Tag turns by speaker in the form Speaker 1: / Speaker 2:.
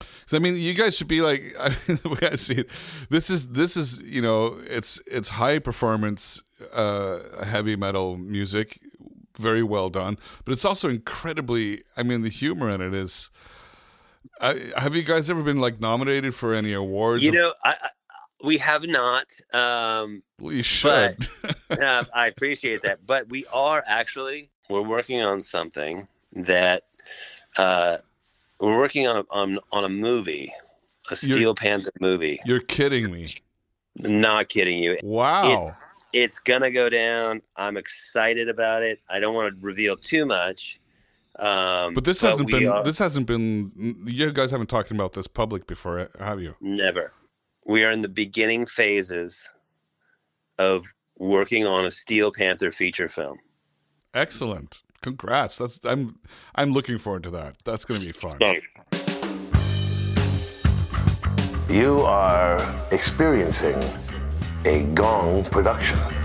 Speaker 1: Because I mean, you guys should be like I mean, the way I see it. This is this is you know it's it's high performance uh, heavy metal music, very well done. But it's also incredibly. I mean, the humor in it is. I, have you guys ever been like nominated for any awards?
Speaker 2: You know, I, I we have not. Um,
Speaker 1: well, you should.
Speaker 2: but, uh, I appreciate that, but we are actually we're working on something that uh, we're working on on on a movie, a Steel
Speaker 1: You're-
Speaker 2: Panther movie.
Speaker 1: You're kidding me!
Speaker 2: Not kidding you.
Speaker 1: Wow.
Speaker 2: It's it's gonna go down. I'm excited about it. I don't want to reveal too much. Um,
Speaker 1: But this hasn't
Speaker 2: we
Speaker 1: been.
Speaker 2: are-
Speaker 1: This hasn't been. You guys haven't talked about this public before, eh, have you?
Speaker 2: Never. We are in the beginning phases of working on a Steel Panther feature film.
Speaker 1: Excellent. Congrats. That's. I'm. I'm looking forward to that. That's going to be fun.
Speaker 3: You are experiencing a gong production.